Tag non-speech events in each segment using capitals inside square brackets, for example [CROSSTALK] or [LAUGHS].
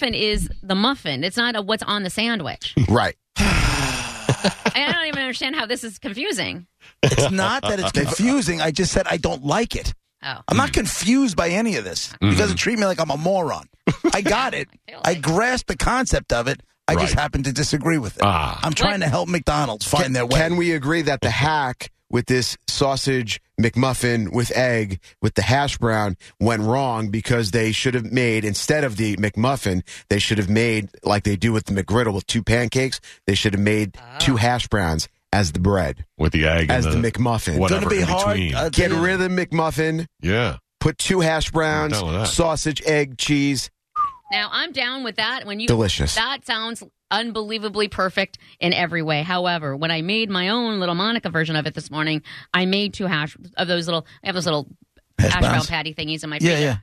muffin is the muffin. It's not a what's on the [LAUGHS] sandwich. Right. I don't even understand how this is confusing. It's not that it's confusing. I just said I don't like it. Oh, I'm not Mm. confused by any of this. You Mm-hmm. guys treat me like I'm a moron. I got it. [LAUGHS] I feel I like- grasped the concept of it. I just Right. happen to disagree with it. Ah. I'm trying to help McDonald's find their way. Can we agree that the hack with this sausage McMuffin with egg with the hash brown went wrong because they should have made instead of the McMuffin, they should have made like they do with the McGriddle with two pancakes, they should have made Ah. two hash browns as the bread, With the egg as and the, McMuffin. whatever Gonna be in hard. between. Uh, Get rid of the McMuffin, yeah. put two hash browns, down with that. sausage, egg, cheese, now I'm down with that. When you delicious. that sounds unbelievably perfect in every way. However, when I made my own little Monica version of it this morning, I made two hash of those little. I have those little hash, brown browns. patty thingies in my Yeah, freezer. yeah.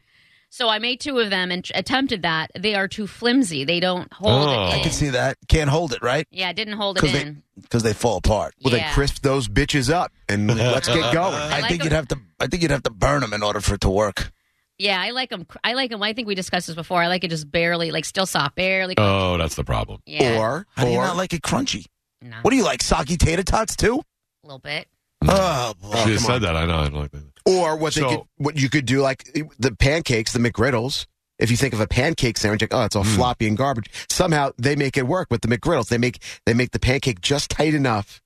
So I made two of them and t- attempted that. They are too flimsy. They don't hold Oh. it. I I in. can see that. Can't hold it, right? yeah, I didn't hold it Because they, in. 'cause they fall apart. Well, Yeah. then crisp those bitches up and let's [LAUGHS] get going. I, like think them- you'd have to. I think you'd have to burn them in order for it to work. Yeah, I like them. I like them. I think we discussed this before. I like it just barely, like still soft, barely. Oh, that's the problem. yeah, Or, How do you or not like it crunchy? no, What do you like? Soggy tater tots too? a little bit. Oh, Mm. she boy. just said that. I know. I don't like that. Or what they So- could, what you could do, like eh, the pancakes, the McGriddles. If you think of a pancake sandwich, like, oh, it's all floppy and garbage. Somehow they make it work with the McGriddles. They make they make the pancake just tight enough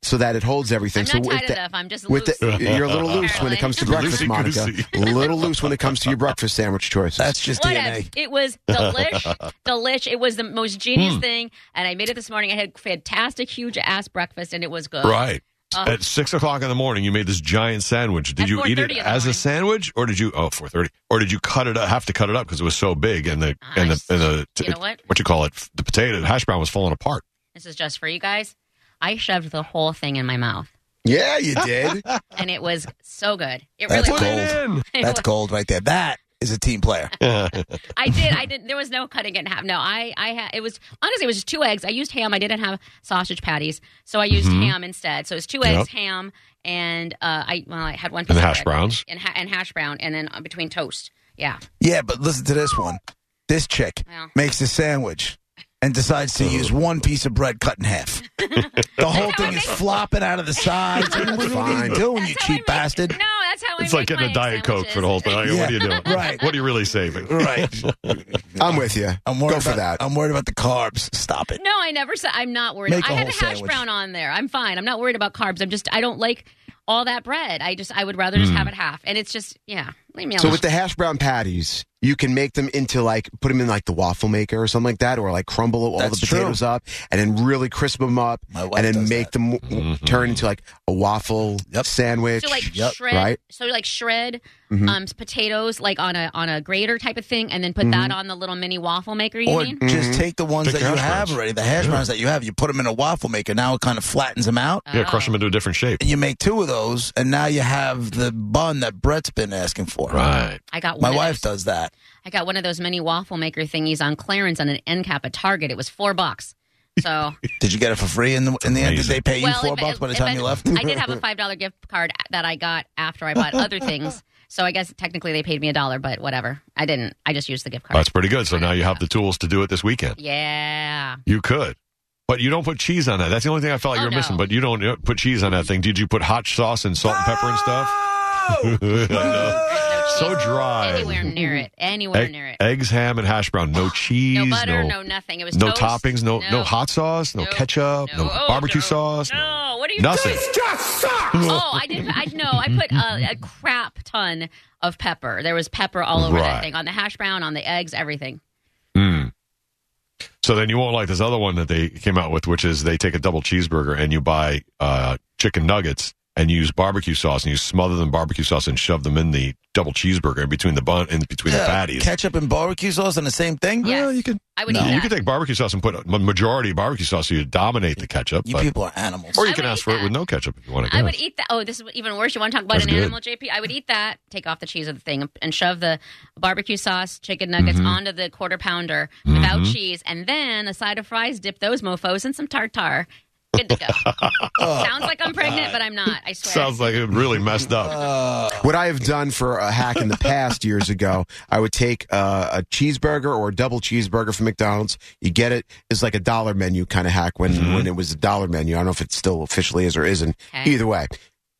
so that it holds everything. I'm so not with tight the, enough. I'm just with loose. the, you're a little loose when it comes to breakfast, Loosey Monica. A little loose when it comes to your breakfast sandwich choices. that's just Whatever. DNA. It was delish, delish. It was the most genius thing, and I made it this morning. I had fantastic, huge ass breakfast, and it was good. Right. Uh, At six o'clock in the morning, you made this giant sandwich. Did At you 4:30 eat it in the as a morning. sandwich, or did you? Oh, four thirty. Or did you cut it? up, Have to cut it up because it was so big, and the and the and the Ah, You know what? you call it? The potato, the hash brown was falling apart. This is just for you guys. I shoved the whole thing in my mouth, yeah, you did. and it was so good. It That's really Put was. it [LAUGHS] It That's was- gold right there. That is a [LAUGHS] team player. I did. I did. There was no cutting it in half. No, I. I had. It was honestly. It was just two eggs. I used ham. I didn't have sausage patties, so I used Mhm. ham instead. So it was two Yep. eggs, ham, and uh, I. Well, I had one piece And the of hash bread. browns. and, ha- and hash brown, and then uh, between toast. Yeah. Yeah, but listen to this one. This chick Well. makes a sandwich and decides to use one piece of bread cut [LAUGHS] in half. the whole thing Oh, is flopping out of the sides. what are fine. you doing, Oh, you That's how I cheap make- bastard? [LAUGHS] No, that's how I. It's like make getting my a diet coke for the whole thing. Like, What are you doing? Right. What are you really saving? Right. I'm with you. I'm worried Go for about, that. I'm worried about the carbs. Stop it. No, I never said. I'm not worried. Make I a had a whole hash sandwich. brown on there. I'm fine. I'm not worried about carbs. I'm just. I don't like all that bread. I just. I would rather just have it half. And it's just. Yeah. Leave me alone. So with the hash brown patties, you can make them into like put them in like the waffle maker or something like that, or like crumble all That's the true. potatoes up and then really crisp them up, My wife and then does make that. them w- w- turn into like a waffle Yep. sandwich. So like Yep. shred, Right. so like shred um, potatoes like on a on a grater type of thing, and then put that on the little mini waffle maker. You Or mm, mean? just take the ones Take that the you hash have browns. already, the hash browns that you have, you put them in a waffle maker. Now it kind of flattens them out. Oh. Yeah, crush them into a different shape. And you make two of those, and now you have the bun that Brett's been asking for. Right. I got one My of wife those- does that. I got one of those mini waffle maker thingies on clearance on an end cap at Target. It was four bucks. So Did you get it for free in the, in the end? Did amazing. they pay you well, four if- bucks by the if time I- you left? I did have a five dollar gift card that I got after I bought other [LAUGHS] things. So I guess technically they paid me a dollar, but whatever. I didn't. I just used the gift card. That's pretty good. So now you have the tools to do it this weekend. yeah. You could. But you don't put cheese on that. That's the only thing I felt like Oh, you were missing. no. But you don't uh, put cheese on that thing. Did you put hot sauce and salt and pepper and stuff? [LAUGHS] I know. There's no cheese So dry. Anywhere near it. Anywhere Egg- near it. Eggs, ham, and hash brown. No cheese. no butter. No, nothing. It was no toast, toppings, no, no no hot sauce, no, No. ketchup, no, No. Oh, barbecue no. sauce, No, what are you nothing. doing? [LAUGHS] Oh, I didn't. I no, I put a, a crap ton of pepper. There was pepper all over Right. that thing on the hash brown, on the eggs, everything. Mm. So then you won't like this other one that they came out with, which is they take a double cheeseburger and you buy uh, chicken nuggets and use barbecue sauce and you smother them in barbecue sauce and shove them in the double cheeseburger in between the bun and between the patties. Ketchup and barbecue sauce on the same thing? Yes. you could I would No. eat that. you could take barbecue sauce and put a ma- majority of barbecue sauce so you dominate the ketchup, You but, people are animals. or you I can would ask eat for it that. with no ketchup if you want to. I would [LAUGHS] eat that. Oh, this is even worse. You want to talk about That's an good. animal, JP? I would eat that. Take off the cheese of the thing and shove the barbecue sauce, chicken nuggets Mm-hmm. onto the quarter pounder without cheese, and then a side of fries. Dip those mofo's in some tartar. Good to [LAUGHS] go. Sounds like I'm pregnant, but I'm not. I swear. Sounds like it really messed up. Uh, What I have done for a hack in [LAUGHS] the past years ago, I would take uh, a cheeseburger or a double cheeseburger from McDonald's. You get it. It's like a dollar menu kind of hack when, when it was a dollar menu. I don't know if it still officially is or isn't. Okay. Either way,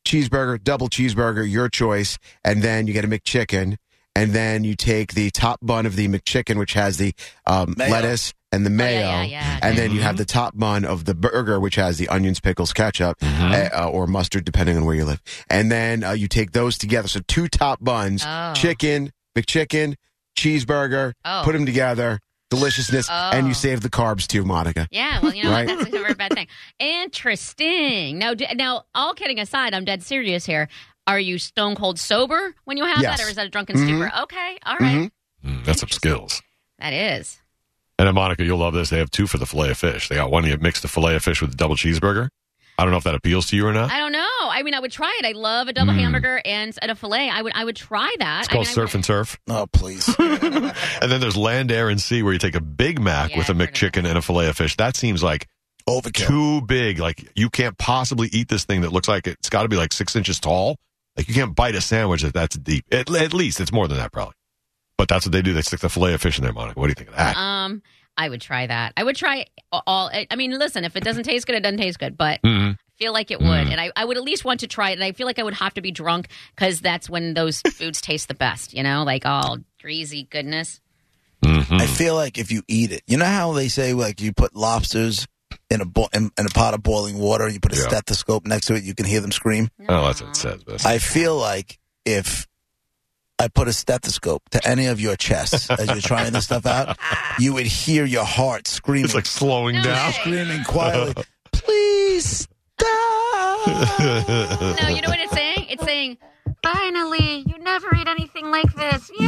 cheeseburger, double cheeseburger, your choice. And then you get a McChicken. And then you take the top bun of the McChicken, which has the um, Mayo. lettuce and the Oh, mayo. yeah, Mm-hmm. yeah, yeah. And Okay. then you have the top bun of the burger, which has the onions, pickles, ketchup, Mm-hmm. Mhm. uh, uh, or mustard, depending on where you live. And then uh, you take those together. So two top buns, Oh. chicken, McChicken, cheeseburger, Oh. put them together, deliciousness, and Oh. you save the carbs too, Monica. [LAUGHS] Yeah, well, you know what? Right. that's never a bad thing. Interesting. Now, d- now, all kidding aside, I'm dead serious here. Are you stone cold sober when you have Yes. Mm-hmm. that, or is that a drunken Mhm. stupor? Okay, all right. Mm, that's some skills. That is. And then, Monica, you'll love this. They have two for the filet of fish. They got one you mix the filet of fish with a double cheeseburger. I don't know if that appeals to you or not. I don't know. I mean, I would try it. I love a double Mm. hamburger and, and a fillet. I would, I would try that. It's I mean, called I surf and surf. oh, [LAUGHS] please. And then there's land, air, and sea, where you take a Big Mac Yeah, with a I've heard of McChicken and a filet of fish. That seems like Overkill. too big. Like you can't possibly eat this thing that looks like it's got to be like six inches tall. Like you can't bite a sandwich that that's deep. At, at least it's more than that, probably. But that's what they do. They stick the fillet of fish in there, Monica. What do you think of that? Um, I would try that. I would try all. I mean, listen, if it doesn't taste good, it doesn't taste good. But Mm-hmm. I feel like it would, Mm. and I, I would at least want to try it. And I feel like I would have to be drunk because that's when [LAUGHS] those foods taste the best. You know, like all greasy goodness. Mm-hmm. I feel like if you eat it, you know how they say like you put lobsters in a bo- in, in a pot of boiling water, you put a Yeah. stethoscope next to it, you can hear them scream. Oh, that's what it says. But I feel like if I put a stethoscope to any of your chests as you're trying this stuff out, [LAUGHS] you would hear your heart screaming, it's like slowing No down. way. screaming [LAUGHS] quietly, "Please stop!" No, you know what it's saying? It's saying, finally, you never eat anything like this. [LAUGHS] Yay!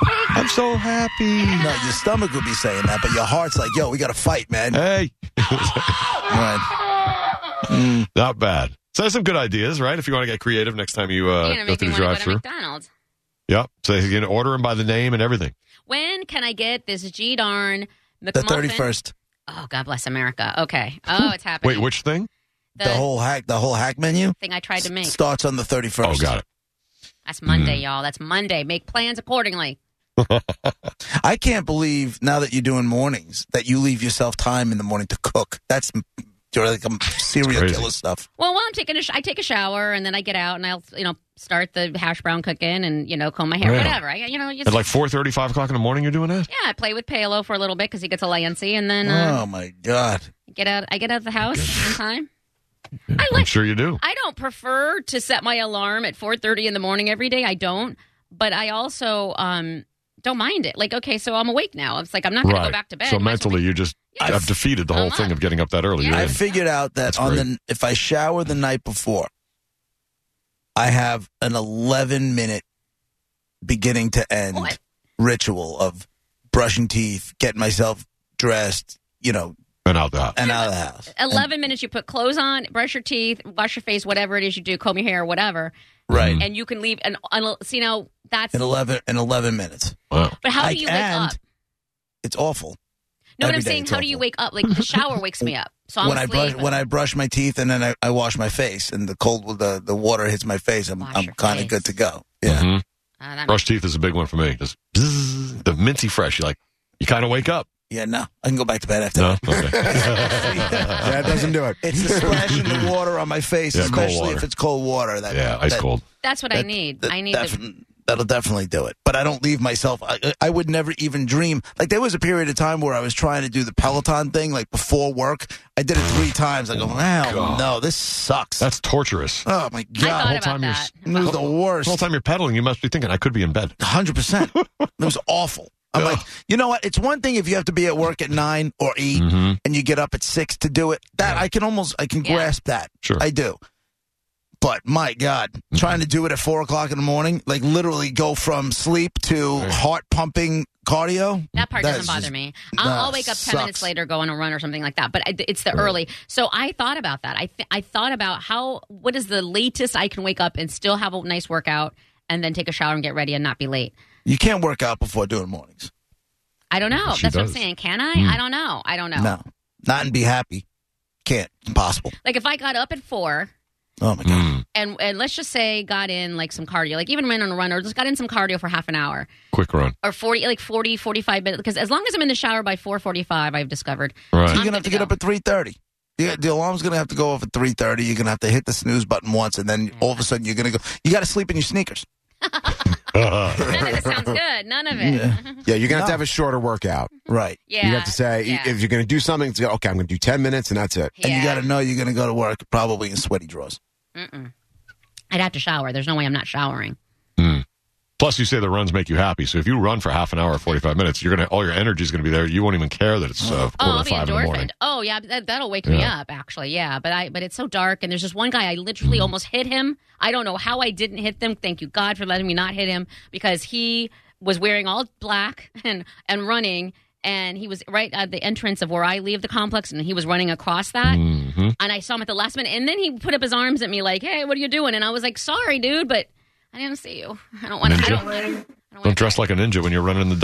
Thank [LAUGHS] I'm so happy. no, your stomach would be saying that, but your heart's like, "Yo, we got to fight, man!" Hey, Right. not bad. So there's some good ideas, right? If you want to get creative next time you you. uh, You're gonna go make me through the want to go to drive through. McDonald's. Yep. So you can order them by the name and everything. When can I get this G darn McMuffin? The thirty first, Oh, God bless America. Okay. Oh, it's happening. Wait, which thing? the, the whole hack, the whole hack menu thing I tried to make. starts on the thirty Oh, first. got it. That's Monday, y'all. That's Monday. Make plans accordingly. I can't believe now that you're doing mornings that you leave yourself time in the morning to cook. That's m- you're like a serial crazy. killer stuff. Well, while I'm taking a, sh- I take a shower and then I get out and I'll, you know, start the hash brown cooking and you know comb my hair, Really? whatever. I, you know, you At like 4.30, 5 o'clock in the morning you're doing that? yeah, I play with Palo for a little bit because he gets a lancy and then uh, oh my god! get out. I get out of the house in time. I I'm like. sure you do. I don't prefer to set my alarm at 4:30 in the morning every day. I don't, but I also um don't mind it. Like, okay, so I'm awake now. It's like I'm not going to go back to bed. So Might as well mentally, you just Yeah. have defeated the whole I'm thing up. of getting up that early. You're Yeah. I in. figured out that That's on the if I shower the night before, I have an 11 minute beginning to end What? ritual of brushing teeth, getting myself dressed, you know, and out that. and out of the house. be- 11 minutes you put clothes on, brush your teeth, wash your face, whatever it is you do, comb your hair, whatever, Right. and you can leave and, and see now that's In 11 in 11 minutes. Mm-hmm. Wow. But how I- do you wake and up? It's awful. No, what every I'm day saying, it's how do you awful. wake up? Like the shower wakes me up, so I'm [LAUGHS] when I asleep. brush when I brush my teeth and then I, I wash my face and the cold the the water hits my face, I'm Wash I'm your kind face. of good to go. Yeah. Mhm. Uh, that Brush teeth is a big one for me. Just bzzz, the minty fresh. You're like, you kind of wake up. Yeah, no. I can go back to bed after No? that. Okay. That doesn't do it. It's the splashing [LAUGHS] the water on my face, Yeah, cold especially water. if it's cold water. That, [LAUGHS] yeah, ice that- cold. that's what I that- need. that I need. the- defi- that'll definitely do it. But I don't leave myself. I, I would never even dream. Like there was a period of time where I was trying to do the Peloton thing, like before work. I did it three times. I go, wow, Oh God. no, this sucks. That's torturous. oh my I thought god, about time you're that. s- it was the The worst. whole time you're pedaling, you must be thinking, I could be in bed. Hundred [LAUGHS] percent. It was awful. I'm like, you know what? It's one thing if you have to be at work at nine or 8 Mhm. and you get up at six to do it. That I can almost I can Yeah. grasp that. Sure. Mm-hmm. I do. But my God, trying to do it at four o'clock in the morning, like literally go from sleep to heart pumping cardio. That part That doesn't is bother just- me. I'll, I'll that wake up ten sucks. minutes later, go on a run or something like that. But I, it's the early. So I thought about that. I th- I thought about how what is the latest I can wake up and still have a nice workout and then take a shower and get ready and not be late. You can't work out before doing mornings. I don't know. She That's what I'm does. Hmm. saying. Can I? I don't know. I don't know. No, not and be happy. Can't. Impossible. Like if I got up at four Oh my god. Mm, and and let's just say got in like some cardio, like even ran on a run or just got in some cardio for half an hour quick run. or 40, like 40, 45 minutes. Because as long as I'm in the shower by 445, I've discovered. [LAUGHS] You're Right. I'm gonna have good to to get go. up at three thirty. Yeah, the alarm's gonna have to go off at three thirty. You're gonna have to hit the snooze button once, and then all of a sudden you're gonna go. You got to sleep in [LAUGHS] your sneakers. None of it [LAUGHS] sounds good. None of it. Yeah. Yeah, you're gonna have No. to have a shorter workout. Right. [LAUGHS] Yeah. You have to say yeah. if you're gonna do something, it's okay. I'm gonna do ten minutes and that's it. And you Yeah. got to know you're gonna go to work probably in sweaty drawers. Mm-mm. I'd have to shower. There's no way I'm not showering. [LAUGHS] Plus, you say the runs make you happy. So if you run for half an hour, forty five minutes, you're gonna all your energy's gonna be there. You won't even care that it's uh, quarter Oh, I'll to be five in the morning. endorphin. Oh yeah, that, that'll wake me Yeah. up actually. Yeah, but I but it's so dark and there's just one guy I literally Mm-hmm. almost hit him. I don't know how I didn't hit them. Thank you God for letting me not hit him because he was wearing all black [LAUGHS] and and running and he was right at the entrance of where I leave the complex and he was running across that hmm and I saw him at the last minute and then he put up his arms at me like, "Hey, what are you doing?" And I was like, "Sorry, dude, but I didn't see you. [LAUGHS] I don't want to I Ninja. don't, I don't, I don't wanna- Don't dress like a ninja when you're running the